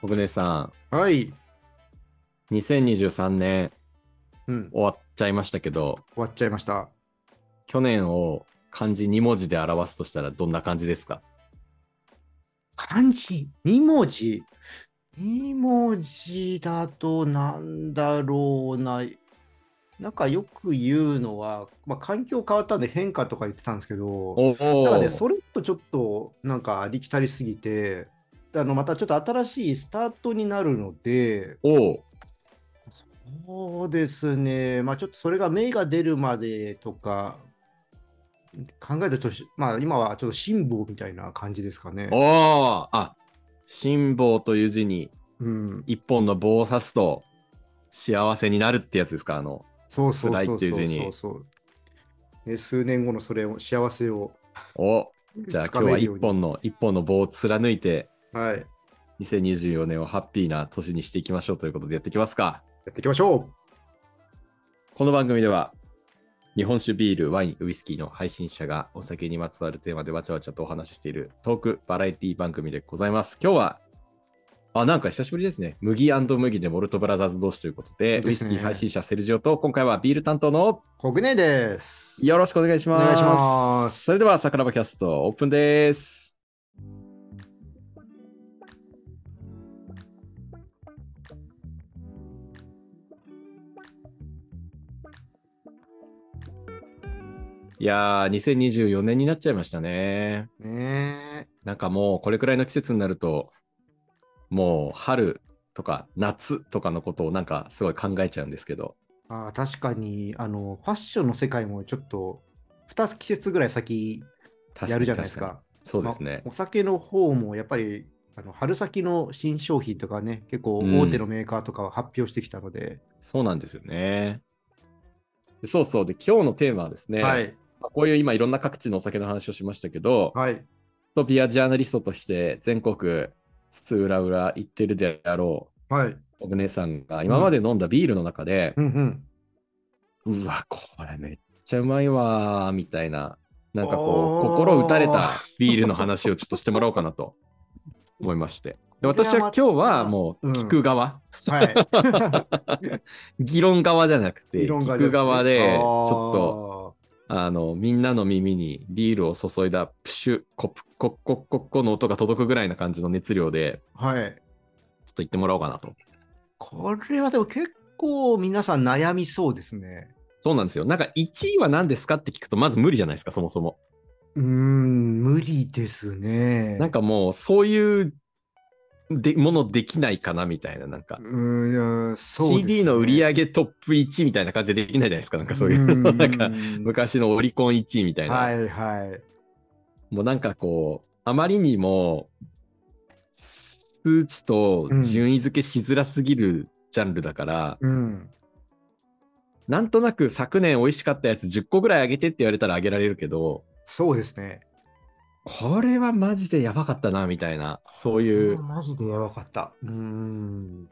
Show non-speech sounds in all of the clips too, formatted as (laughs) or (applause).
徳根さはい。ん、2023年うん。終終わっちゃいましたけど、わっちゃいました。去年を漢字2文字で表すとしたらどんな感じですか漢字2文字 ?2 文字だとなんだろうな。なんかよく言うのは、まあ、環境変わったんで変化とか言ってたんですけど、おなんかお、ね、それとちょっとなんかありきたりすぎて、あのまたちょっと新しいスタートになるので、おうそうですね、まあ、ちょっとそれが芽が出るまでとか、考えるとし、まあ、今はちょっと辛抱みたいな感じですかねお。おあ、辛抱という字にうん、一本の棒を刺すと幸せになるってやつですかあの、そうそう辛いそっうていうそ字うにそうそう。ね、数年後のそれを幸せをおじゃあつか今日めはる一ように。本の、一本の棒を貫いて、はい、や2024年をハッピーな年にしていきましょうということでやっていきますか。っていきましょこの番組では日本酒ビールワインウイスキーの配信者がお酒にまつわるテーマでわちゃわちゃとお話ししているトークバラエティ番組でございます今日はあなんか久しぶりですね麦麦でモルトブラザーズ同士ということでウでイすスねキー配信者セルジオと今回はビール担当のう。国内です。よろしくお願いしますお願いしますそれでは桜庭キャストオープンですいやー2024年になっちゃいましたね。ねえなんかもうこれくらいの季節になるともう春とか夏とかのことをなんかすごい考えちゃうんですけどあー確かにあの、ファッションの世界もちょっと2季節ぐらい先確かにやるじゃないです確か。にそうですね。まあお酒の方もやっぱりあの春先の新商品とかね、結構うん大手のメーカーとかは発表してきたので、そうなんですよね。でそうそう。で、今日のテーマはですね、はい、まあこういう今いろんな各地のお酒の話をしましたけど、はい、とビアジャーナリストとして全国津々浦々行ってるであろはい、う、お姉さんが今まで飲んだビールの中でう、んうん。うわ、これめっちゃうまいわー、みたいな、なんかこおう、ー心打たれたビールの話をちょっとしてもらおうかな (laughs) と思いまして。で私は今日はもう聞く側、 (laughs) はい。議論側じゃなくて、理論聞が出くる側で、ちあーょっと、あの、みんなの耳にビールを注いだプシュ、コプコッコッコッコの音が届くぐらいな感じの熱量で、はちい。ょっと言ってもらおうかなと。これはでも結構皆さん悩みそうですね。そうなんですよ。なんか1位は何ですかって聞くと、まず無理じゃないですか、そもそも。うーん、無理ですね。なんかもう、そういうでものできないかなみたいな、なんかう、ーん、そうですね、 CD の売り上げトップ1みたいな感じでできないじゃないですか、なんかそういう、ーなんか、昔のオリコン1位みたいな。はいはい。もうなんかこう、あまりにも数値と順位付けしづらすぎるジャンルだから、うん。なんとなく昨年美味しかったやつ10個ぐらいあげてって言われたらあげられるけど、そうですね。これはマジでやばかったなみたいな、そういうマジでやばかった。うーん。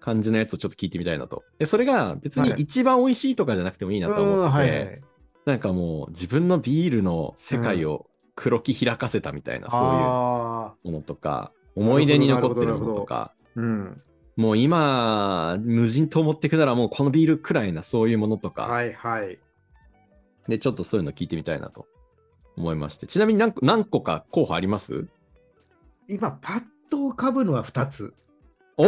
感じのやつをちょっと聞いてみたいなと。で、それが別にはい一番美味しいとかじゃなくてもいいなとうん思っはて、いはいなんかもう自分のビールの世界を黒き開かせたみたいな、そあういうものとか、思い出に残ってるもなるのほとどか、ーうん。もう今、無人島持ってくならもうこのビールくらいなそういうものとか、はいはい。で、ちょっとそういうの聞いてみたいなと思いまして。ちなみに何個何個か候補あります今、パッと浮かぶのは2つ。お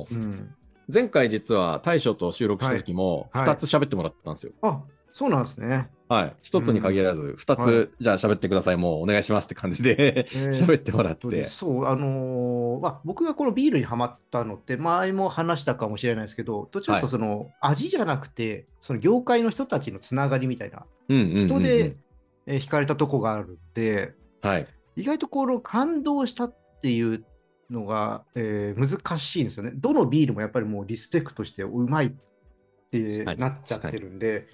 おうん。前回実は大将と収録した時もはいは2いつ喋ってもらったんですよ。あ、そうなんですね。はい。一1つに限らず2つ、はじゃあ喋ってください。もうお願いしますって感じでえー喋ってもらって。そう、あのーまあ、僕がこのビールにはまったのって、前も話したかもしれないですけど、どちらかというとその、味じゃなくて、その業界の人たちのつながりみたいな、うんうんうんうん人で、えー惹かれたとこがあるんで、はい。意外とこの感動したっていうのが、えー難しいんですよね。どのビールもやっぱりもうリスペクトしてうまいって確かになっちゃってるんで、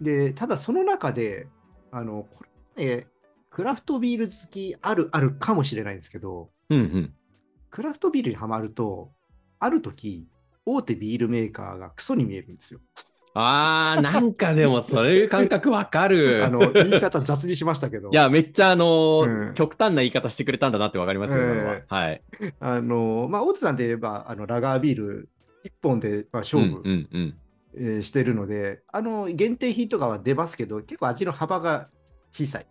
でただその中で、あのこれ、ね、クラフトビール好きあるあるかもしれないんですけど、うんうん。クラフトビールにはまると、ある時大手ビールメーカーがクソに見えるんですよ。あー、なんかでも、そういう感覚わかる。 (laughs) あの、言い方雑にしましたけど。 (laughs) いや、めっちゃ、あのーうん極端な言い方してくれたんだなってわかりますよ、ええ今のははい。あの、まあ、大津さんで言えば、あの、ラガービール一本で、まあ、勝負、うんうんうん。えーしてるので、あの、限定品とかは出ますけど、結構味の幅が小さい。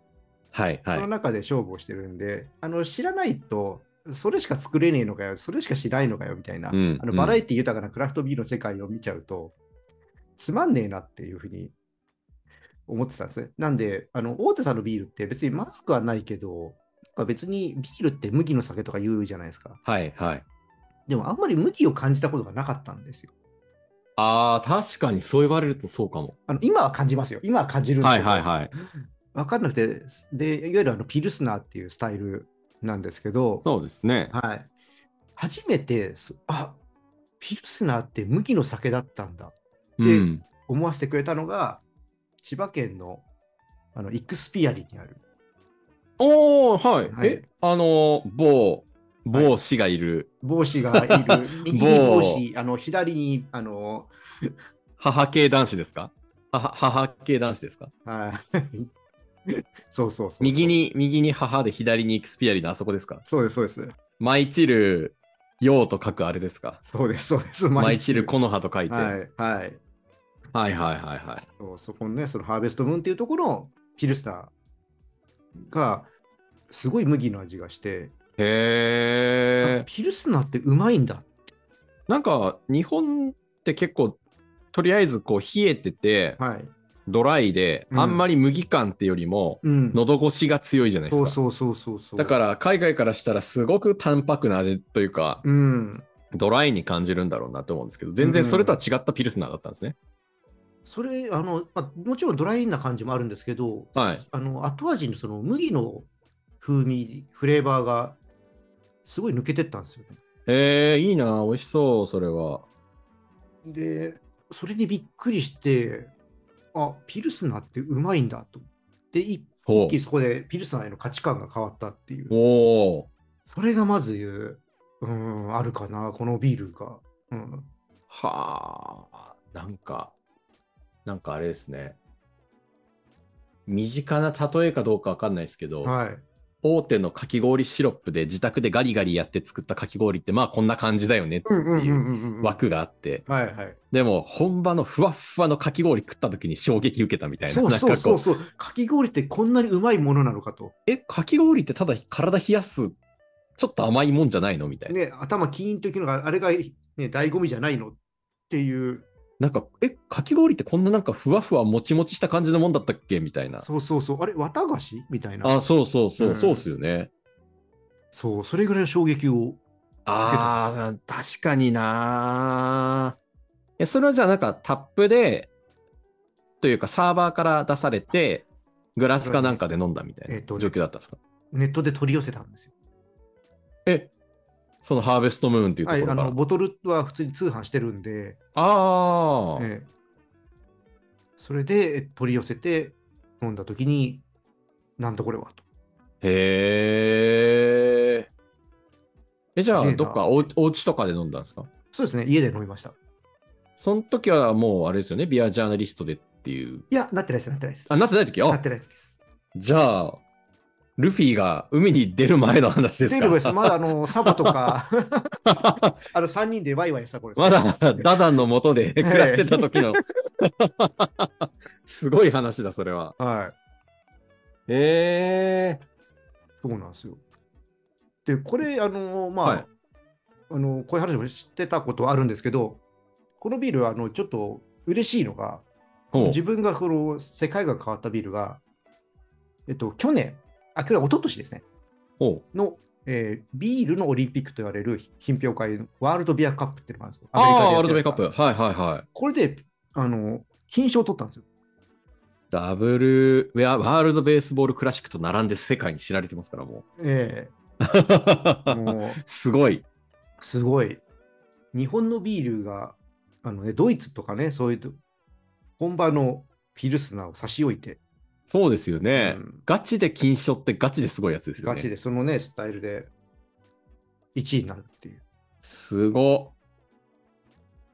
はいはそのい。中で勝負をしてるんで、あの、知らないと、それしか作れねえのかよ、それしかしないのかよ、みたいな、うんあのうんバラエティ豊かなクラフトビールの世界を見ちゃうと、つまんねえなっていうふうに思ってたんですね。なんで、あの、大手さんのビールって別にまずくはないけど、なんか別にビールって麦の酒とか言うじゃないですか。はいはい。でもあんまり麦を感じたことがなかったんですよ。あー、確かにそう言われるとそうかも。あの今は感じますよ。今は感じるんですはけいど、はいはい。分かんなくて、でいわゆるあのピルスナーっていうスタイルなんですけど、そうですね。はい、初めてそあピルスナーって麦の酒だったんだうん。思わせてくれたのが千葉県のあのイクスピアリにあるおー、はい。はいえ、あのー、某、某氏がいる、帽子がい (laughs) る右に帽子あの左にあの、母系男子ですか母母系男子ですかはい、そうそうそう右に、右に母で左にエクスピアリのあそこですかそうですそうです舞い散る、ようと書くあれですかそうですそうです舞い散る木の葉と書いて。ははいいはいはいはいはい。そうそこのね、そのハーベストムーンっていうところのピルスナーが、すごい麦の味がして、へあえ。ピルスナーってうまいんだ。なんか日本って結構とりあえずこう冷えてて、はい。ドライで、うんあんまり麦感ってよりもうん。喉越しが強いじゃないでそすうか。そうそうそうそう。だから海外からしたらすごく淡白な味というか、うん。ドライに感じるんだろうなと思うんですけど全然それとは違ったピルスナーだったんですね。それ、あの、まあ、もちろんドライな感じもあるんですけど、はいあの後味にその麦の風味、フレーバーがすごい抜けてったんですよね。へえいいな美味しそうそれは。で、それにびっくりして、あ、ピルスナーってうまいんだと。で、一ほ気にそこでピルスナーへの価値観が変わったっていうう。。おーそれがまず言う、うん、あるかな、このビールが。うん、はあ、なんか、なんかあれですね。身近な例えかどうかわかんないですけど、はい。大手のかき氷シロップで自宅でガリガリやって作ったかき氷って、まあこんな感じだよねってうんうんいううんうんうん。枠があって、はいはい。でも本場のふわっふわのかき氷食った時に衝撃受けたみたいな。そうそうそうなんかこそう。かき氷ってこんなにうまいものなのかと。うえ、かき氷ってただ体冷やす、ちょっと甘いもんじゃないのみたいな。ね、頭キーンといくのが、あれが、ね、醍醐味じゃないのっていう。なんか、え、かき氷ってこんななんかふわふわもちもちした感じのもんだったっけみたいな。そうそうそう。あれ、綿菓子みたいな。あ、そうそうそう、うんそうっすよね。そう、それぐらいの衝撃を。ああ、確かになえ、それはじゃあなんかタップで、というかサーバーから出されて、グラスかなんかで飲んだみたいえなっと状ね況だったんですかネットで取り寄せたんですよ。え、そのハーベストムーンっていうとはこい、ろあから。のボトルは普通に通販してるんで、ああ、ええそれでえ取り寄せて飲んだときに、なんだこれはと。へえ。え、じゃすげあえなどっかおお家とかで飲んだんですかそうですね、家で飲みました。その時はもうあれですよね、ビアジャーナリストでっていう。いや、なってないです、なってないです。あ、なってない時なあっ、てないです。じゃあ、ルフィが海に出る前の話ですセかールです。まだあの、 (laughs) サバとか、 (laughs) あの、3人でワイワイした頃 (laughs) です。まだダダンの元で暮らしてた時 (laughs) のすごい話だそれははい。ええそうなんですよ。で、これ、あの、まあ、はいあの、こういう話も知ってたことはあるんですけど、このビールは、あの、ちょっと嬉しいのが、自分がこの世界が変わったビールが、えっと、去年、あ、去年、一昨年ですね、の、えービールのオリンピックと言われる品評会のワールドビアカップっていうのがあるんですよ。ああーワアーメルリカドでベやイカッっプてるやつがはいはいはいこれで、あの、金賞を取ったんですよ。ダブルウェアワールドベースボールクラシックと並んで世界に知られてますからもえ (laughs) えうも、すごいうすごい。日本のビールが、あのね、ドイツとかね、そういうと、本場のピルスナーを差し置いて、そうですよね、うんガチで金賞ってガチですごいやつですよねガチでそのね、スタイルで1位になるっていう。すご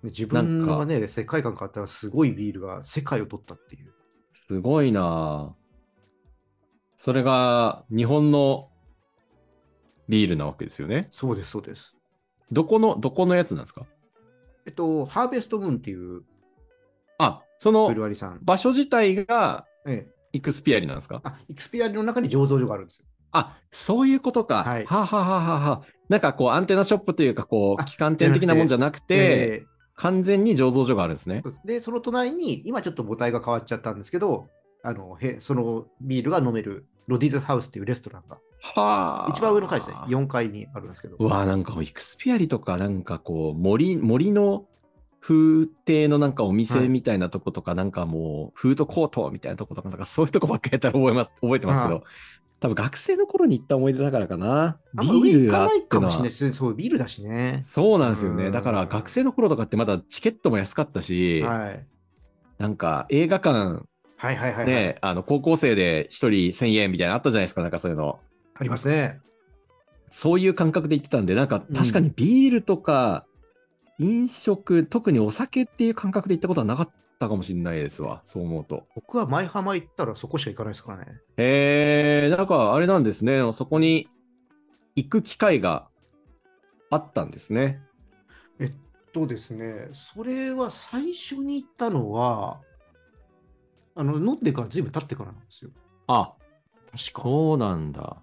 自分なんがかね、世界観変わったらすごいビールが世界を取ったっていう。すごいなあそれが日本のビールなわけですよね。そうです、そうです。どこの、どこのやつなんですかえっと、ハーベストムーンっていうあ、そブルのワリさん。場所自体がええ、イクスピアリなんですかあ、イクスピアリの中に醸造所があるんですよ。あ、そういうことか。はいはあはあはあはあはあなんかこうアンテナショップというかこうあ機関店的なもんじゃなくて、え完全に醸造所があるんですねえ。で、その隣に、今ちょっと母体が変わっちゃったんですけど、あのへそのビールが飲めるロディーズハウスっていうレストランが、はあ。一番上の階ですね、4階にあるんですけど。うわあなんかイクスピアリとかなんかこう森森の風亭のなんかお店みたいなとことか、なんかもうフードコートみたいなとことかなんかそういうとこばっかやったら覚え,、ま、覚えてますけど、多分学生の頃に行った思い出だからかなあビんま上ール行かがあなっいてかのもしれなはいですね。そう、ビールだしね。そうなんですよねうんだから学生の頃とかってまだチケットも安かったし、はい。なんか映画館はいはいはい、はいね、あの高校生で一人1000円みたいなのあったじゃないですかなんかそういうのありますね。そういう感覚で行ってたんで、なんかうん確かにビールとか飲食、特にお酒っていう感覚で行ったことはなかったかもしれないですわ、そう思うと。僕は舞浜行ったらそこしか行かないですからね。へえー、なんかあれなんですね、そこに行く機会があったんですね。えっとですね、それは最初に行ったのは、あの飲んでからずいぶん経ってからなんですよ。あ、確か。そうなんだ。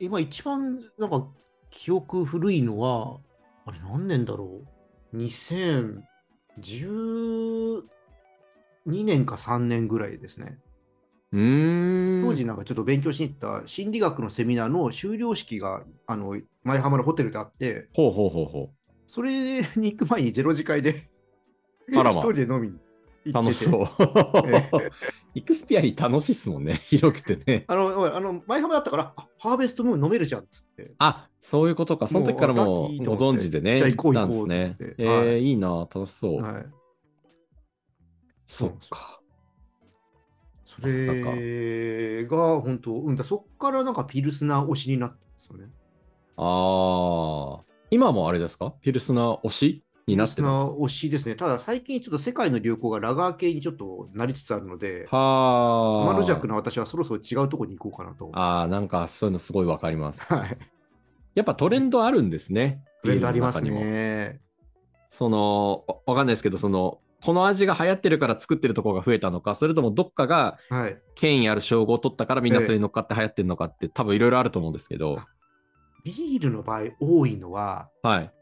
今一番なんか記憶古いのは、あれ何年だろう ?2012 年か3年ぐらいですね。うーん。当時なんかちょっと勉強しに行った心理学のセミナーの修了式があの前浜のホテルであって、ほうほうほうほそれに行く前にゼロ次会であらま (laughs) 一人で飲みに行っててう。楽しそう。 (laughs) イクスピアリ楽しいっすもんね、 (laughs) 広くてね。あの、おいあの前浜だったから、あハーベストムーン飲めるじゃんっつって。あそういうことか、その時からももうラッうキーとご思って存知でね、じゃあ行こうったんですね行こうと思っ。てえはー、いいいな、楽しそう。はい、そそううか。それが本当、うんだ、そっからなんかピルスナー推しになったんですよね。ああ。今もあれですかピルスナー推しになってますピルスナー推しですね。ただ最近ちょっと世界の流行がラガー系にちょっとなりつつあるので、かはあ。マロジャックの私はそろそろ違うとこに行こうかなと。ああ、なんかそういうのすごいわかります。はい。やっぱトレンドあるんですね。トレンドありますビールの中にも。ね。その、わわかんないですけど、その、この味が流行ってるから作ってるところが増えたのか、それともどっかがはい。権威ある称号を取ったからみんなそれに乗っかって流行ってるのかって、多分いろいろあると思うんですけど、ビールの場合多いのは、はい。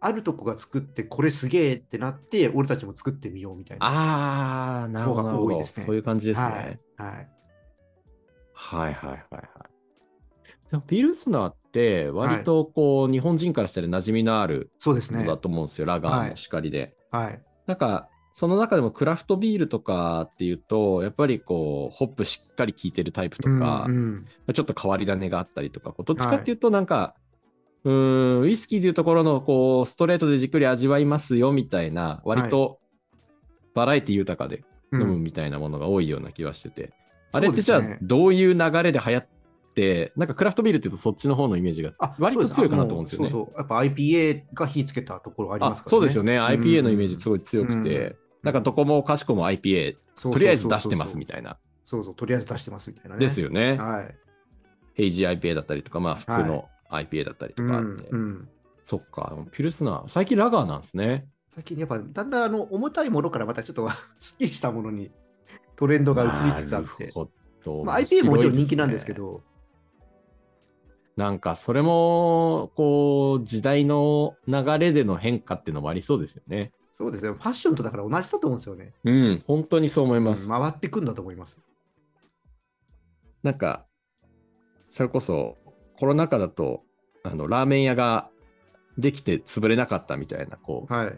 あるとこが作って、これすげえってなって、俺たちも作ってみようみたいな。ああ、なるほど、なるほ方が多いど。ですねそういう感じですね。はい。はい。はいはいはいはい。でもピルスナーって割とこう、日本人からしたら馴染みのあるそうですのねだ。と思うんですよ、ラガーもしかりで。はい。なんかその中でもクラフトビールとかっていうとやっぱりこうホップしっかり効いてるタイプとか、うんうんちょっと変わり種があったりとかこうどっちかっていうとなんか、うーんウイスキーでいうところのこうストレートでじっくり味わいますよみたいな割とバラエティ豊かでうん飲むみたいなものが多いような気がしてて、あそうですねれってじゃあどういう流れで流行ってなんかクラフトビールっていうとそっちの方のイメージがあ割と強いかなと思うんですよね。そうですあもうそうそう。やっぱ IPA が火つけたところありあますからね。そうですよね IPA のイメージすごい。ごい強くて、うんなんかどこもかしこも IPA ととりあえず出してますみいたいな、な。そうそう、とりあえず出してますみたいなね。ですよね、はい。ヘイジー IPA だったりとかまあ普通の IPA だったりとかあって、うんうんそっかピルスナー最近ラガーなんですね最近やっぱだんだんあの重たいものからまたちょっと (laughs) すっきりしたものにトレンドが移りつつあっなるて。ほどまあ、IPA ももちろん人気なんですけど、なんかそれもこう時代の流れでの変化っていうのもありそうですよねそうですね、ファッションとだから同じだと思うんですよね。うん本当にそう思います、回ってくんだと思います。なんか、それこそコロナ禍だと、あの、ラーメン屋ができて潰れなかったみたいな、こう、はい。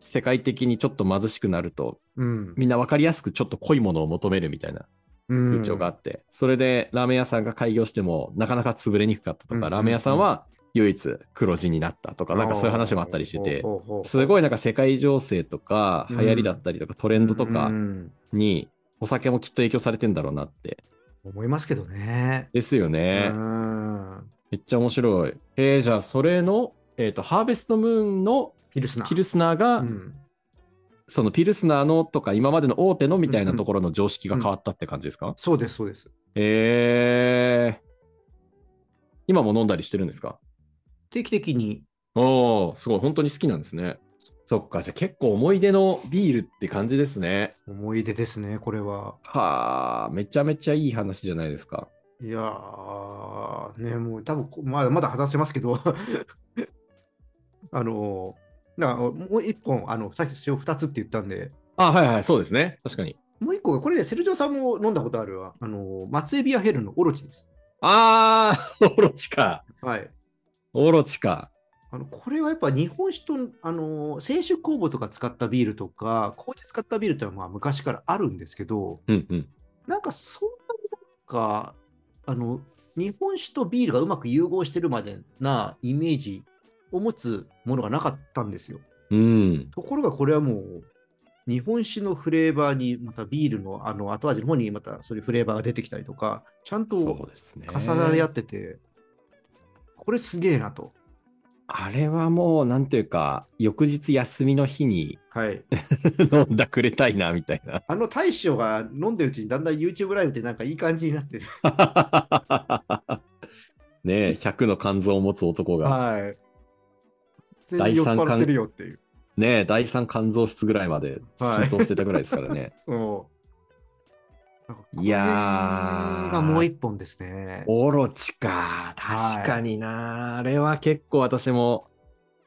世界的にちょっと貧しくなると、うん。みんな分かりやすくちょっと濃いものを求めるみたいな風潮があって、それでラーメン屋さんが開業してもなかなか潰れにくかったとか、うんうんうんラーメン屋さんは唯一黒字になったとか、なんかそういう話もあったりしてて、すいごいなんか世界情勢とか、う流ん行りだったりとか、トレンドとうかんに、お酒もきっと影響されてんだろうなって。思いますけどね。ですよね。うんめっちゃ面白い。えーじゃあ、それの、えっ、と、ハーベストムーンのピルスナー。ピルスナー (laughs) が、うん、そのピルスナーのとか今までの大手のみたいなところの常識が変わったって感じですか、そうです、そうです。えー、今も飲んだりしてるんですか定期的に、おおすごい本当に好きなんですねそっかじゃあ結構思い出のビールって感じですね思い出ですね、これは。はあめちゃめちゃいい話じゃないですかいやー、ね、もう多分こまだまだ話せますけど、 (laughs) あのー、だからもう一本、あのさっき塩二つって言ったんで、あはいはいそうですね確かにもう一個が、これ、セルジオさんも飲んだことあるわ、あのー、松江ビアヘルのオロチです。あーオロチかはい。オロチかあのこれはやっぱ日本酒と、あのー清酒酵母とか使ったビールとか、麹使ったビールってのはまあ昔からあるんですけど、うんうんなんかそんなになんか、あの、日本酒とビールがうまく融合してるまでなイメージを持つものがなかったんですよ。うんところがこれはもう、日本酒のフレーバーに、またビールのあの後味の方にまたそういうフレーバーが出てきたりとか、ちゃんそうとですね重なり合ってて、これすげえなと。あれはもうなんていうか翌日休みの日に (laughs) はい。飲んだくれたいなみたいなあの大将が飲んでるうちにだんだん YouTube ライブってなんかいい感じになってる。ねえ100の肝臓を持つ男がはい。全然酔っ払ってるよっていう。ねえ、第三肝臓室ぐらいまではい浸透してたぐらいですからね。そう。なんかこれいやーがもう一本ですね。 (laughs) オロチか。はい確かにな。あれは結構私も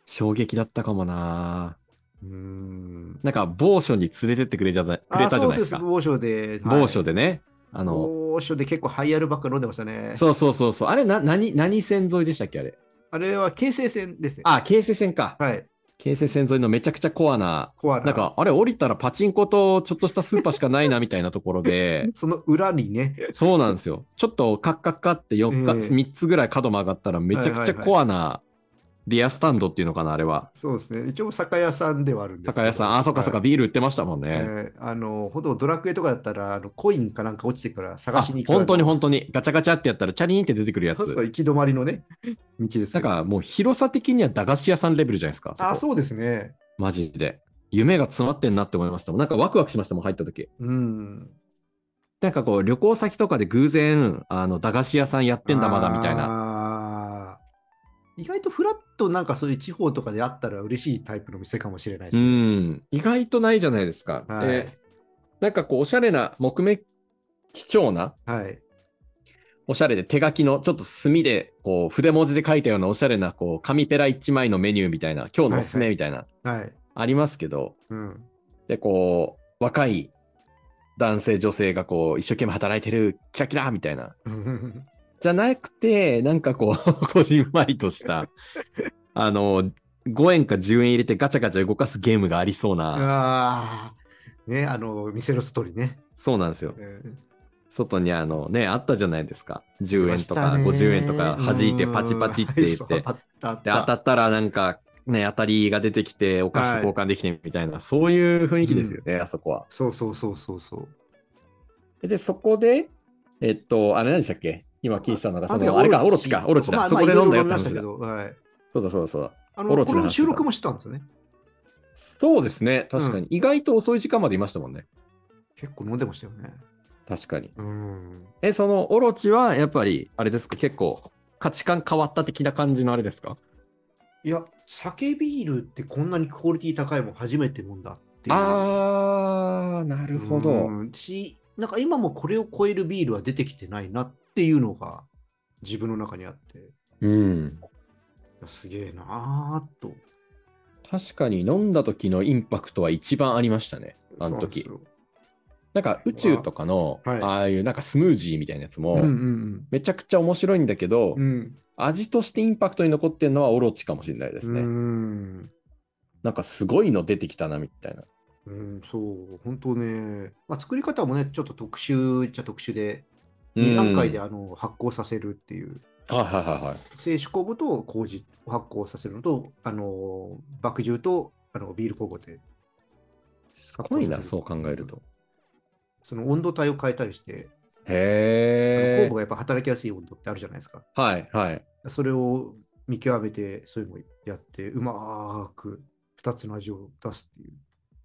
衝撃だったかもな。うーん。なんか、某所に連れてってくれじゃざくれたじゃないですあか。そうです、某所で。はい某所でね。あの、某所で結構ハイアルばっか飲んでましたね。そうそうそうそう。あれな、何、何線沿いでしたっけあれ。あれは京成線ですね。あ、京成線か。はい。京成線沿いのめちゃくちゃコアな、コアラ。なんか、あれ降りたらパチンコとちょっとしたスーパーしかないなみたいなところで、その裏にね。そうなんですよ。ちょっとカッカッカって4日、ええ3つぐらい角曲がったらめちゃくちゃコアなビアスタンドっていうのかな、あれは。そうですね。一応酒屋さんではあるんですけ酒ど屋さん、あ、そっかそっか、はいビール売ってましたもんえね。ーあの、ほんとドラクエとかだったら、あのコインかなんか落ちてから探あしに行く。本当に本当に、ガチャガチャってやったらチャリーンって出てくるやつ。そうそう、行き止まりのね、道ですなけんど。かもう広さ的には駄菓子屋さんレベルじゃないですか。あ、う。そうですね。マジで。夢が詰まってんなって思いましたもん。なんかワクワクしましたもん、入った時。うん。なんかこう、旅行先とかで偶然、あの、駄菓子屋さんやってんだまだみたいな。な。意外とフラットなんかそういう地方とかであったら嬉しいタイプの店かもしれないし。うん。意外とないじゃないですか。はいでなんかこう、おしゃれな、木目、貴重なはい。おしゃれで手書きのちょっと墨でこう筆文字で書いたようなおしゃれなこう紙ペラ1枚のメニューみたいな今日のおすすめみたいな、はい。ありますけどうん。でこう若い男性女性がこう一生懸命働いてるキラキラみたいなじゃなくてなんかこう (laughs) こじんまりとしたあの5円か10円入れてガチャガチャ動かすゲームがありそうなああ。ね、あの、店の外にね。そうなんですようん外にあのねあったじゃないですか10円とかありましたね50円とか弾いてパチパチって言っうんはいてそうあったあっで、当たた。ったらなんか、ね、当たりが出てきて、お菓子と交換できてみたいな、そういう雰囲気ですよね、あそこは。そうそうそうそうそう。で、そこで、えっと、あれ何でしたっけ今聞いてたのが、その時の、はあれか、オロチか、オロチだ。まあそこで飲んだよってまあいろ話いだ。ろ飲みましたけどはい。そうだそうだそうだ。あオロチの、この話の収録もしたんですね。そうですね、確かに。意外と遅い時間までいましたもんね。結構飲んでましたよね。確かに。うん。え、その、オロチは、やっぱり、あれですか、結構、価値観変わった的な感じのあれですかいや、酒ビールってこんなにクオリティ高いもん初めて飲んだっていう。あー、なるほど。うんし、なんか今もこれを超えるビールは出てきてないなっていうのが自分の中にあって、いうん。やすげえなーと。確かに、飲んだ時のインパクトは一番ありましたね、あの時そう。なんですよなんか宇宙とかの、はいああいうなんかスムージーみたいなやつも、うんうんめちゃくちゃ面白いんだけど、うん。うん。味としてインパクトに残ってるのはオロチかもしれないですね。うんなんかすごいの出てきたなみたいな。うん、そう、本当ね、まあ、作り方もね、ちょっと特殊っちゃ特殊で、うん2段階であの発酵させるっていう、はいはいはいはい。清酒酵母と麹を発酵させるのと、あの、麦汁とあのビール酵母で、すごいな、発酵させそうる考えると。その温度帯を変えたりして、あの酵へ母がやっぱ働きやすい温度ってあるじゃないですか。ーはいはい。それを見極めて、そういうのをやって、うまーく2つの味を出すっていう。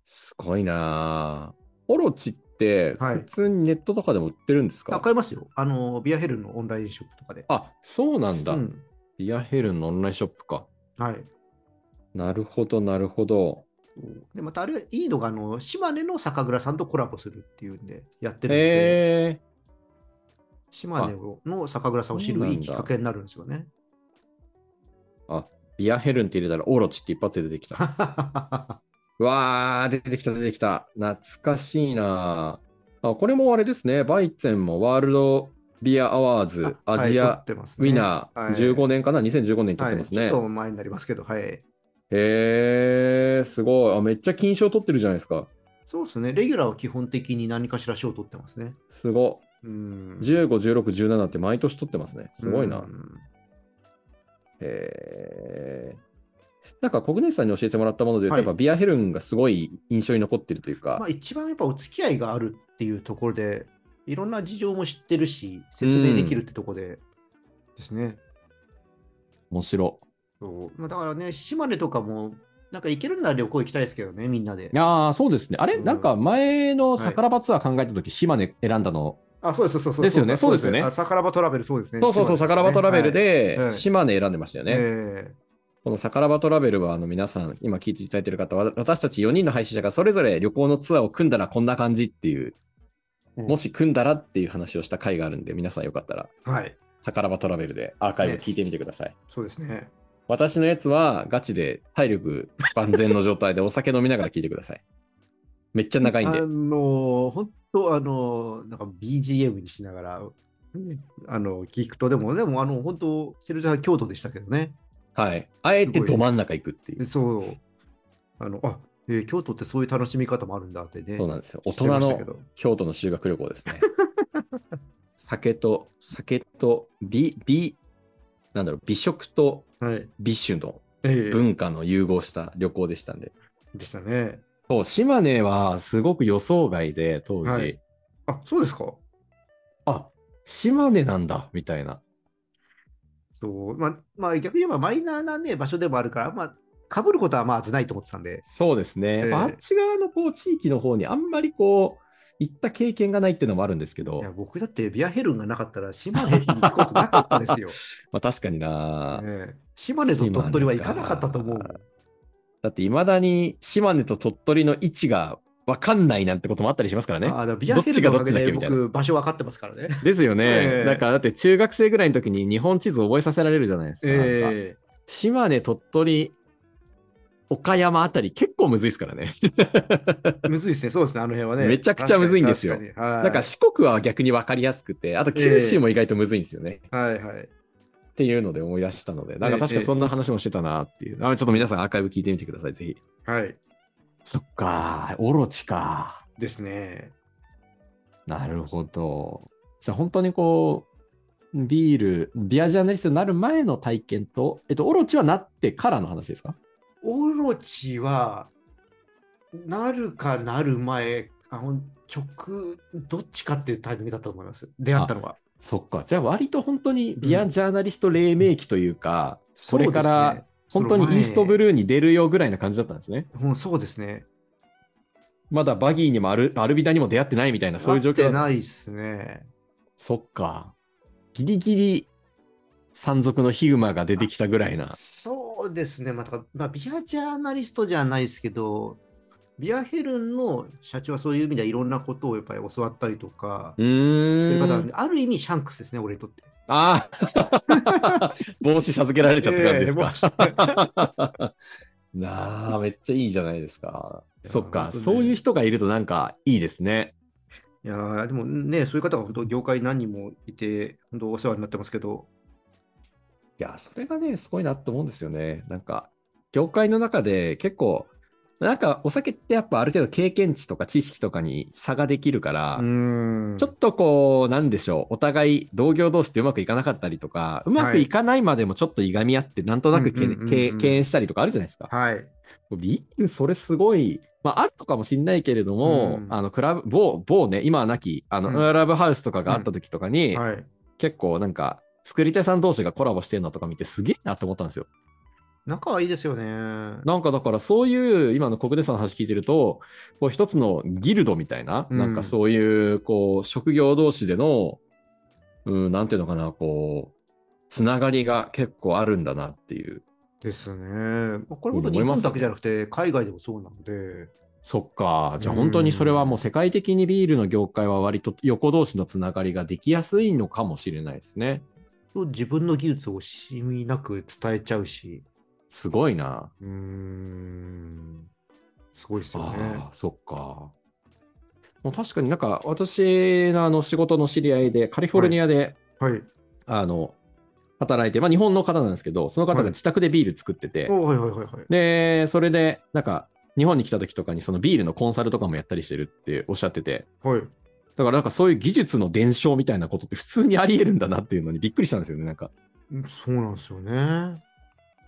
すごいなぁオロチって、はい普通にネットとかでも売ってるんですか、あ買えますよ。あの、ビアヘルンのオンラインショップとかで。あ、そうなんだ。うん。ビアヘルンのオンラインショップか。はい。なるほど、なるほど。で、またあれ、いいのが、あの、島根の酒蔵さんとコラボするっていうんで、やってるんで、へえ島根をの酒蔵さんを知そうるなんいだいきっかけになるんですよね。 (laughs) ビアヘルンって入れたらオロチって一発で出てきた。うわー、出てきた、出てきた。懐かしいなぁあこれもあれですね。バイツェンもワールドビアアワーズアジアウィナー15年年かな、2015年に撮ってますね。はい。ちょっと前になりますけど、はい。へえすごいあ。めっちゃ金賞取ってるじゃないですか。そうですね。レギュラーは基本的に何かしら賞を取ってますね。すごい。うん。 15、16、17って毎年取ってますね。すごいな。うんへえ。なんか、コグネスさんに教えてもらったもので、はいやっぱビアヘルンがすごい印象に残ってるというか、まあ、一番やっぱお付き合いがあるっていうところで、いろんな事情も知ってるし、説明できるってところで、ですね。面白。そうまあだからね、島根とかも、なんか行けるなら旅行行きたいですけどね、みんなで。ああ、そうですね。あれ、うんなんか前の桜庭ツアー考えたとき、島根選んだの、あ、そうです、そうそう。ですよねそうですよねあ酒場トラベル、そうですね。そうそうそう、島桜根庭ですトよねラベル、ではいはい島根選んでましたよね。はいえこの桜庭トラベルは、あの皆さん、今聞いていただいてる方は、私たち4人の配信者がそれぞれ旅行のツアーを組んだらこんな感じっていう、うんもし組んだらっていう話をした回があるんで、皆さんよかったら、えはい、桜庭トラベルでアーカイブ聞いてみてください。そうですね。私のやつはガチで体力万全の状態でお酒飲みながら聞いてください。めっちゃ長いんであ。のー、本当あのー、なんか BGM にしながら、あの、聞くと、でも、でも、あの、本当セルジャー京都でしたけどね。はい。あえてど真ん中行くっていう。そう。あの、あ、えー京都ってそういう楽しみ方もあるんだってね。そうなんですよ。大知ってま人したけのど京都の修学旅行 (laughs) ですね。酒と、酒と、美、美、なんだろう、美食とはい。美酒のええ文化の融合した旅行でしたんで。でしたね。そう、島根はすごく予想外で、当時、はいあ、そうですか。あ、島根なんだ、みたいな。そう。まあ、まあ、逆に言えばマイナーなね、場所でもあるから、まあ、被ることはまあ、ずないと思ってたんで。そうですね、やっぱええあっち側のこう地域の方にあんまりこう行った経験がないっていうのもあるんですけどいや、、僕だってビアヘルンがなかったら、島根に行くことなかった (laughs) ですよ。まあ、確かにな、ええ島根と鳥取は行かなかったと思う。だっていまだに島根と鳥取の位置が分かんないなんてこともあったりしますからあねあ。だからビアヘルンのおかげどっちがどっちだっけでみたいな僕、場所分かってますからね。ですよね、ええなんかだって中学生ぐらいの時に日本地図を覚えさせられるじゃないですか。なんかえ島根、鳥取、岡山あたり結構むずいですからね。えむずいですね、そうですね、あの辺はね。めちゃくちゃむずいんですよ確かにはい、なんか四国は逆に分かりやすくて、あと九州も意外とむずいんですよね。はいはい。っていうので思い出したので、なんかええ確かそんな話もしてたなっていう。あちょっと皆さんアーカイブ聞いてみてください、ぜひ。はい。そっか、オロチか。ですね。なるほど。じゃあ本当にこう、ビール、ビアジャーナリストになる前の体験と、えっと、オロチはなってからの話ですかオロチは、なるかなる前、あの直、どっちかっていうタイミングだったと思います。出会ったのは。そっか。じゃあ割と本当にビアジャーナリスト黎明期というか、これからそう本ですね当にイーストブー。ルーに出るよぐらいな感じだったんですね。その前うん、そうですね。まだバギーにもアルアルビダにも出会ってないみたいな、そういう状況だ会ったんってだないですね。そっか。ギリギリ山賊のヒグマが出てきたぐらいな。そうですね。まあ、だからまあ、ビアジャーナリストじゃないですけど、ビアヘルンの社長はそういう意味ではいろんなことをやっぱり教わったりとか、うそういう方なんーである意味シャンクスですね、俺にとって。あ (laughs) あ帽子授けられちゃった感じですか。え (laughs) えなあ、めっちゃいいじゃないですか。いやそっか、本当ねそういう人がいるとなんかいいですね。 (laughs) いやーでもね、そういう方が本当、業界何人もいて、本当、お世話になってますけど、いや、それがね、すごいなと思うんですよね。なんか、業界の中で結構、なんかお酒ってやっぱある程度経験値とか知識とかに差ができるから、うーんちょっとこう、なんでしょう、お互い同業同士でうまくいかなかったりとか、うまくいかないまでもちょっといがみ合って、なんとなくけうんうんうんうんけ敬遠したりとかあるじゃないですか。はい。ビール、それすごい、まあ、あるのかもしれないけれども、うんあの、クラブ、某、某ね、今はなき、あの、うんクラブハウスとかがあった時とかに、はい。結構なんか、作り手さん同士がコラボしてるのとか見てすげえなって思ったんですよ。仲はいいですよね。ななんかだからそういう今の国出さんの話聞いてるとこう一つのギルドみたいな、うんなんかそういうこう職業同士での、うん、なんていうのかなこうつながりが結構あるんだなっていうですね。まあこれ本当思日います本だけじゃなくて、海外でもそうなので、そっかじゃあうん本当にそれはもう世界的にビールの業界は割と横同士のつながりができやすいのかもしれないですね自分の技術を惜しみなく伝えちゃうし、すごいなうーん、すごいですよねああ。そっかもう確かになんか私のあの仕事の知り合いでカリフォルニアで、はい。あの、働いて、まあ、日本の方なんですけど、その方がはい自宅でビール作ってて、おはいはいはいはい。で、それで、なんか、日本に来た時とかに、そのビールのコンサルとかもやったりしてるっておっしゃってて、はい。だからなんかそういう技術の伝承みたいなことって普通にあり得るんだなっていうのにびっくりしたんですよね、なんか。だかうんそうなんですよね。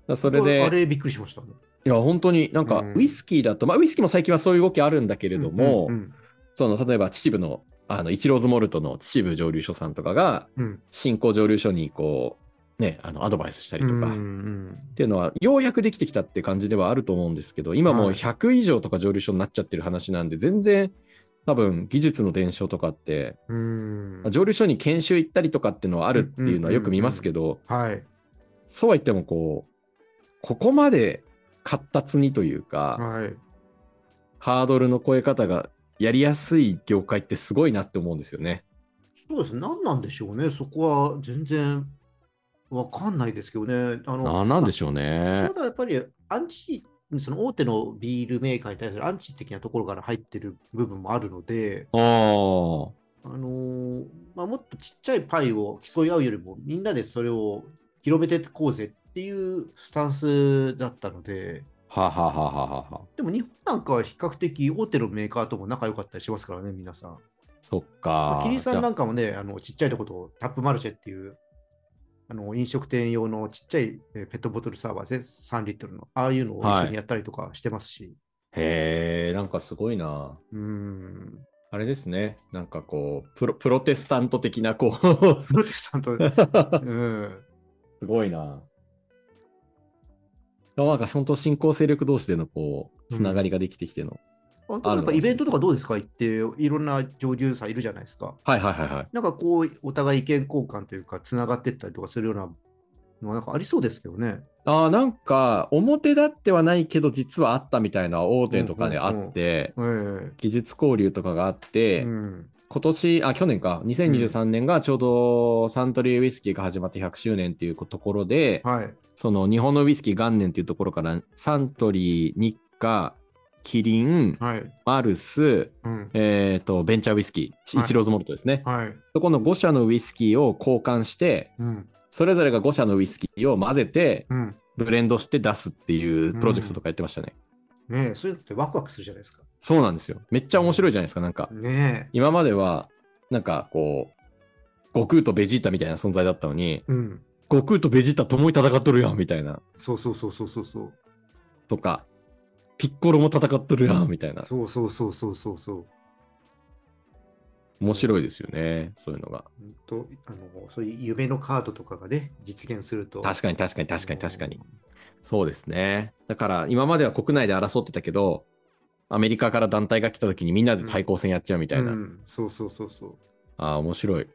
らそれあで、れびっくりしましたね。いや、本当になんかうんウイスキーだと、まあウイスキーも最近はそういう動きあるんだけれども、うんその例えば秩父の、あの、イチローズモルトの秩父蒸留所さんとかが、うんうん新興蒸留所にこう、ね、あのアドバイスしたりうとんか、うんっていうのはようやくできてきたって感じではあると思うんですけど今もうはい100以上とか蒸留所になっちゃってる話なんで全然多分技術の伝承とかってうんうん蒸留所に研修行ったりとかっていうのはあるっていうのはよく見ますけどはい。そうは言ってもこうここまで活発にというかはい。ハードルの超え方がやりやすい業界ってすごいなって思うんですよね。そうですね。何なんでしょうね。そこは全然わかんないですけどね。あの、なんなんでしょうねた。だやっぱりアンチ、その大手のビールメーカーに対するアンチ的なところから入ってる部分もあるので、あーあのーまあ、もっとちっちゃいパイを競い合うよりも、みんなでそれを広めていこうぜっていうスタンスだったので、はははははは。でも日本なんかは比較的大手のメーカーとも仲良かったりしますからね、皆さん。そっまかあ。キリンさじゃあんなんかもね、あのちっちゃいとことタップマルシェっていうあの飲食店用のちっちゃいえーペットボトルサーバーですね、3リットルの、ああいうのを一緒にやったりとかしてますし、へえなんかすごいな。うーん、あれですね、なんかこう、プロプロテスタント的な、こう、 (laughs) プロテスタント、うん、すごいな。でもなんか本当、新興勢力同士でのこう、うんつながりができてきての。あとやっぱイベントとかどうですか行って、いろんな上流さんいるじゃないですか。はいはいはいはい。なんかこう、お互い意見交換というか、つながってったりとかするようなのはなんかありそうですけどね。ああ、なんか、表立ってはないけど、実はあったみたいな大手とかであって、ええ技術交流とかがあって、うん、今年、あ、去年か、2023年がちょうどサントリーウイスキーが始まって100周年っていうところで、はい。その日本のウイスキー元年っていうところから、サントリー、日課、キリン、はい。マルス、うん。えー、とベンチャーウイスキー、イはいチローズモルトですね、はい。そこの5社のウイスキーを交換して、うん。それぞれが5社のウイスキーを混ぜて、うん。ブレンドして出すっていうプロジェクトとかやってましたね。ねえ、そういうのってワクワクするじゃないですか。そうなんですよ。めっちゃ面白いじゃないですか、なんか。ね今までは、なんかこう、悟空とベジータみたいな存在だったのに、え。うん。悟空とベジータ共に戦っとるやんみたいな、そうそうそうそうそうそう。とか、ピッコロも戦っとるやんみたいな、そうそうそうそうそうそう。面白いですよね、そういうのが。ほんとあのそういう夢のカードとかがね、実現すると。確かに確かに確かに確かに。そうですね。だから今までは国内で争ってたけど、アメリカから団体が来た時にみんなで対抗戦やっちゃうみたいな。うん、そうそうそうそう。ああ、面白い。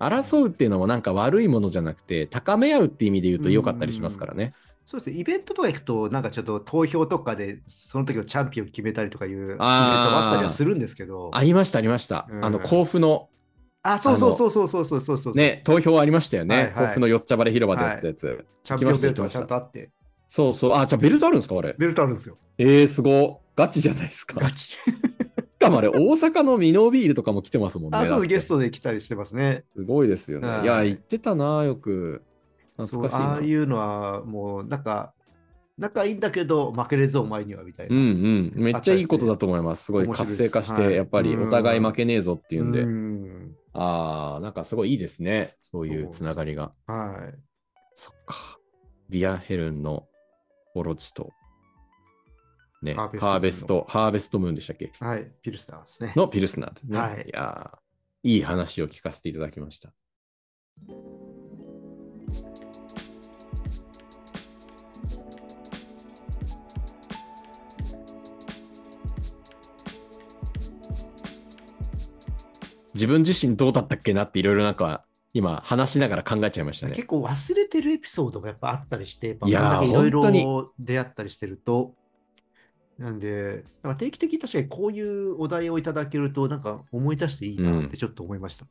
争うっていうのもなんか悪いものじゃなくて、高め合うって意味で言うと良かったりしますからね。そうですね、イベントとか行くと、なんかちょっと投票とかで、その時のチャンピオン決めたりとかいうイベントがあったりはするんですけど。ありましたありました。うんあの、甲府のあ、そうそうそうそうそうそうそうそう。ね、投票ありましたよね。はいはい甲府のよっちゃばれ広場でやってたやつ。チャンピオンベルトがちゃんとあって、そうそう。あ、じゃあベルトあるんですかあれ。ベルトあるんですよ。えー、すごい。ガチじゃないですか。ガチ。しかもあれ、大阪のミノービールとかも来てますもんね。あ、そうだっそう、てゲストで来たりしてますね。すごいですよね。はいいや、言ってたな、よく。そ懐うかしいあな。あいうのはもうなんか仲いいんだけど負けれぞお前にはみたいな、うんうん。めっちゃいいことだと思います。すごい面白いで活性す化して、はいやっぱりお互い負けねえぞっていうんで。んああ、なんかすごいいいですね。そういうつながりが。はいそっか。ビアヘルンのオロチと、ね、ハハーーベベススト、トハーベストムーンでしたっけはいピルスターですねのピルスナーですね。はいやーいい話を聞かせていただきました。自分自身どうだったっけなっていろいろなんか今話しながら考えちゃいましたね結。構忘れてるエピソードがやっぱあったりして、やっぱいやーこんだけいろい本当ろ出会ったりしてると、なんで、なんか定期的に確かにこういうお題をいただけると、なんか思い出していいなってちょっと思いました。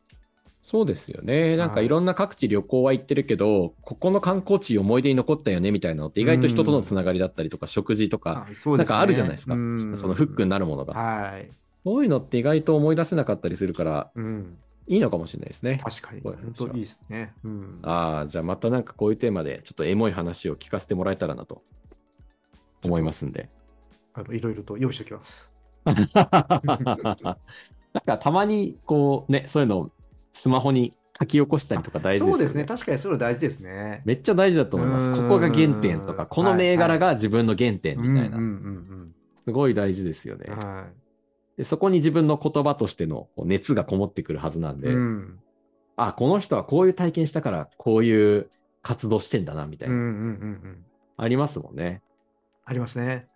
そうですよね。なんかいろんな各地旅行は行ってるけど、ここの観光地思い出に残ったよねみたいなのって意外と人とのつながりだったりとか、食事とか、あそうなでんすねかあるじゃないですか。うんそのフックになるものが。はい。そういうのって意外と思い出せなかったりするから、うん。いいのかもしれないですね。確かに。こういう話本は当いいですね。うん。ああ、じゃあまたなんかこういうテーマでちょっとエモい話を聞かせてもらえたらなと思いますん (laughs) で。あのいろいろと用意しておきます。なんかたまにこうね、そういうのをスマホに書き起こしたりとか大事ですそようですね。確かにそれは大事ですね。めっちゃ大事だと思います。うーんここが原点とか、この銘柄が自分の原点みたいな、うんうんすごい大事ですよねうんうん。はい。でそこに自分の言葉としてのこう熱がこもってくるはずなんで、うんあ、この人はこういう体験したから、こういう活動してんだな、みたいうんうんうな、んうん。ありますもんね。ありますね。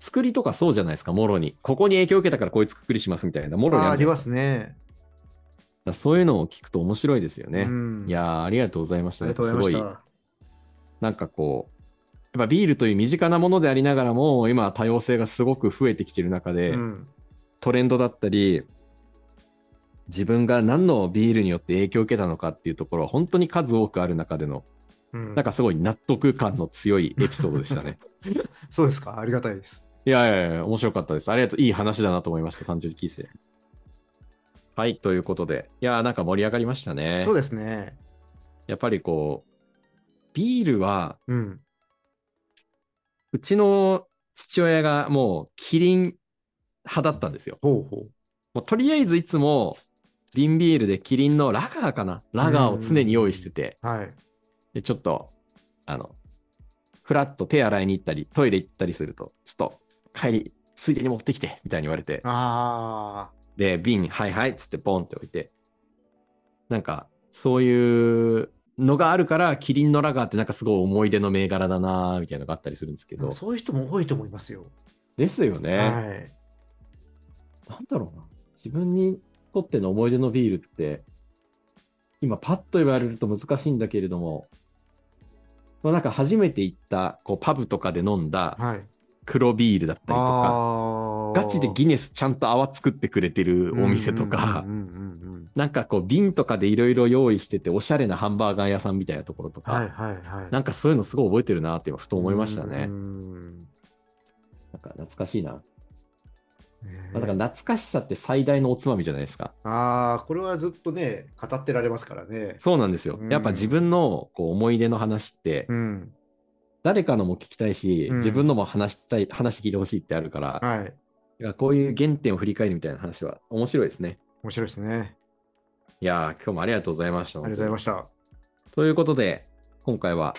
作りとかそうじゃないですか、もろに。ここに影響を受けたからこういう作りしますみたいな、もろにあああるじりゃないまですか。すね。だからそういうのを聞くと面白いですよね。うんいやー、ありがとうございましあた。りやっぱがとうすごございい、ましなんかこう、やっぱビールという身近なものでありながらも、今、多様性がすごく増えてきている中た。で、うんトレンドだったり、自分が何のビールによって影響を受けたのかっていうところは本当に数多くある中での、うんなんかすごい納得感の強いエピソードでしたね。そうですか。ありがたいです。いやいやいや、面白かったです。ありがとう。いい話だなと思いました、30期生。はい、ということで。いやー、なんか盛り上がりましたねそう。ですね。やっぱりこう、ビールは、うん。うちの父親がもうキリン派だったんですよ。ほうほう。もうとりあえずいつも瓶ビールでキリンのラガーかなラガーを常に用意してて、はい。でちょっと、あの、ふらっと手洗いに行ったり、トイレ行ったりすると、ちょっと帰り、ついでに持ってきて、みたいに言われて、ああ。で、瓶、はいはいっつってポンって置いて、なんか、そういうのがあるから、キリンのラガーってなんかすごい思い出の銘柄だなーみたいなのがあったりするんですけど、そういう人も多いと思いますよ。ですよね、はない。んだろうな。自分にとっての思い出のビールって、今パッと言われると難しいんだけれども、まあ、なんか初めて行ったこうパブとかで飲んだはい。黒ビールだったりとか、ああ。ガチでギネスちゃんと泡作ってくれてるお店とかうん、うんうんうんなんかこう瓶とかでいろいろ用意してて、おしゃれなハンバーガー屋さんみたいなところとか、はいはいはい。なんかそういうのすごい覚えてるなって今ふと思いましたうね。んなんか懐かしいな。ねまあだから懐かしさって最大のおつまみじゃないですか。ああ、これはずっとね、語ってられますからね。そうなんですよう。んやっぱ自分のこう思い出の話って、うん。誰かのも聞きたいし、うん自分のも話したい、話聞いてほしいってあるから、だかはい。らこういう原点を振り返るみたいな話は面白いですね。面白いですね。いやー、今日もありがとうございました。ありがとうございましした。た。ということで、今回は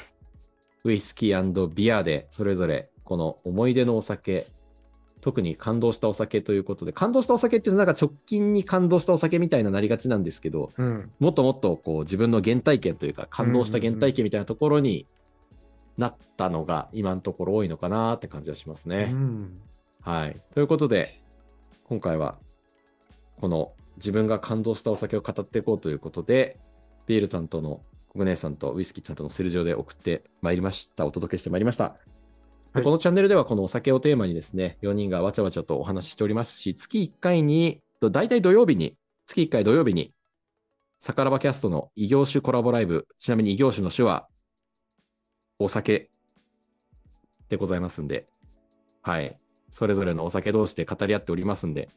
ウイスキービアでそれぞれこの思い出のお酒、特に感動したお酒ということで、感動したお酒っていうとなんか直近に感動したお酒みたいななりがちなんですけど、うん。もっともっとこう自分の原体験というか感動した原体験みたいなところになったのが今のところ多いのかなって感じがしますうね。ん。はい。ということで、今回は、この自分が感動したお酒を語っていこうということで、ビール担当の国内さんとウイスキー担当のセルジオで送ってまいりました。お届けしてまいりました。ではいこのチャンネルではこのお酒をテーマにですね、4人がわちゃわちゃとお話ししておりますし、月1回に、と大体土曜日に、月1回土曜日に、サカラバキャストの異業種コラボライブ、ちなみに異業種の種は、お酒でございますんで、はい。それぞれのお酒同士で語り合っておりますんで、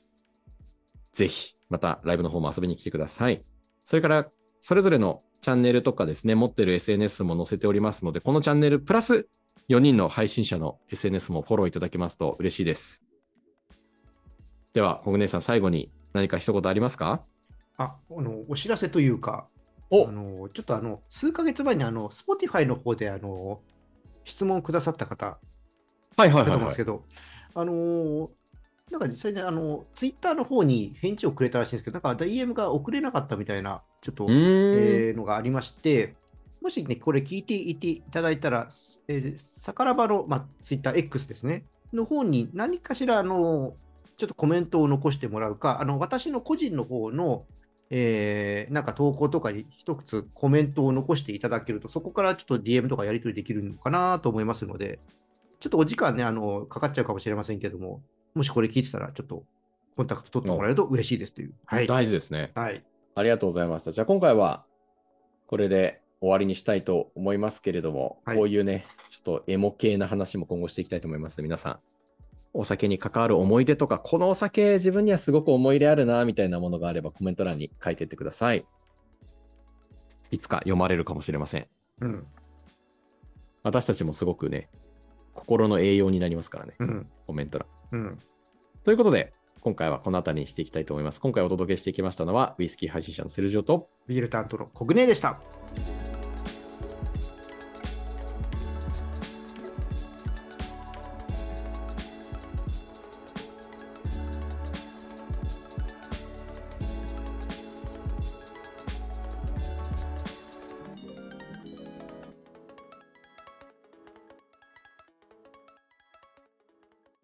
ぜひ、またライブの方も遊びに来てください。それから、それぞれのチャンネルとかですね、持ってる SNS も載せておりますので、このチャンネルプラス4人の配信者の SNS もフォローいただけますと嬉しいです。では、コグネさん、最後に何か一言ありますかあ、あの、お知らせというか、おあのちょっとあの数ヶ月前にあの Spotify の方であの質問くださった方はいはだと思うんですけど、あのなんか実際にあの Twitter の方に返事をくれたらしいんですけど、なんか DM が送れなかったみたいなちょっと、うーん。えーのがありまして、もしね、これ聞いていていただいたら、えー、さからばの、まあ、TwitterX ですね、の方に何かしらあのちょっとコメントを残してもらうか、あの私の個人の方のえーなんか投稿とかに一つコメントを残していただけると、そこからちょっと DM とかやり取りできるのかなと思いますので、ちょっとお時間ね、あの、かかっちゃうかもしれませんけども、もしこれ聞いてたら、ちょっとコンタクト取ってもらえると嬉しいですという。はい。大事ですね。はい。ありがとうございました。じゃあ今回はこれで終わりにしたいと思いますけれども、はいこういうね、ちょっとエモ系な話も今後していきたいと思いますので、皆さん、お酒に関わる思い出とか、このお酒自分にはすごく思い入れあるな、みたいなものがあればコメント欄に書いていってください。いつか読まれるかもしれません。うん。私たちもすごくね、心の栄養になりますからね、うん。コメント欄。うん。ということで、今回はこの辺りにしていきたいと思います。今回お届けしてきましたのは、ウイスキー配信者のセルジオと、ビール担当のコグネでした。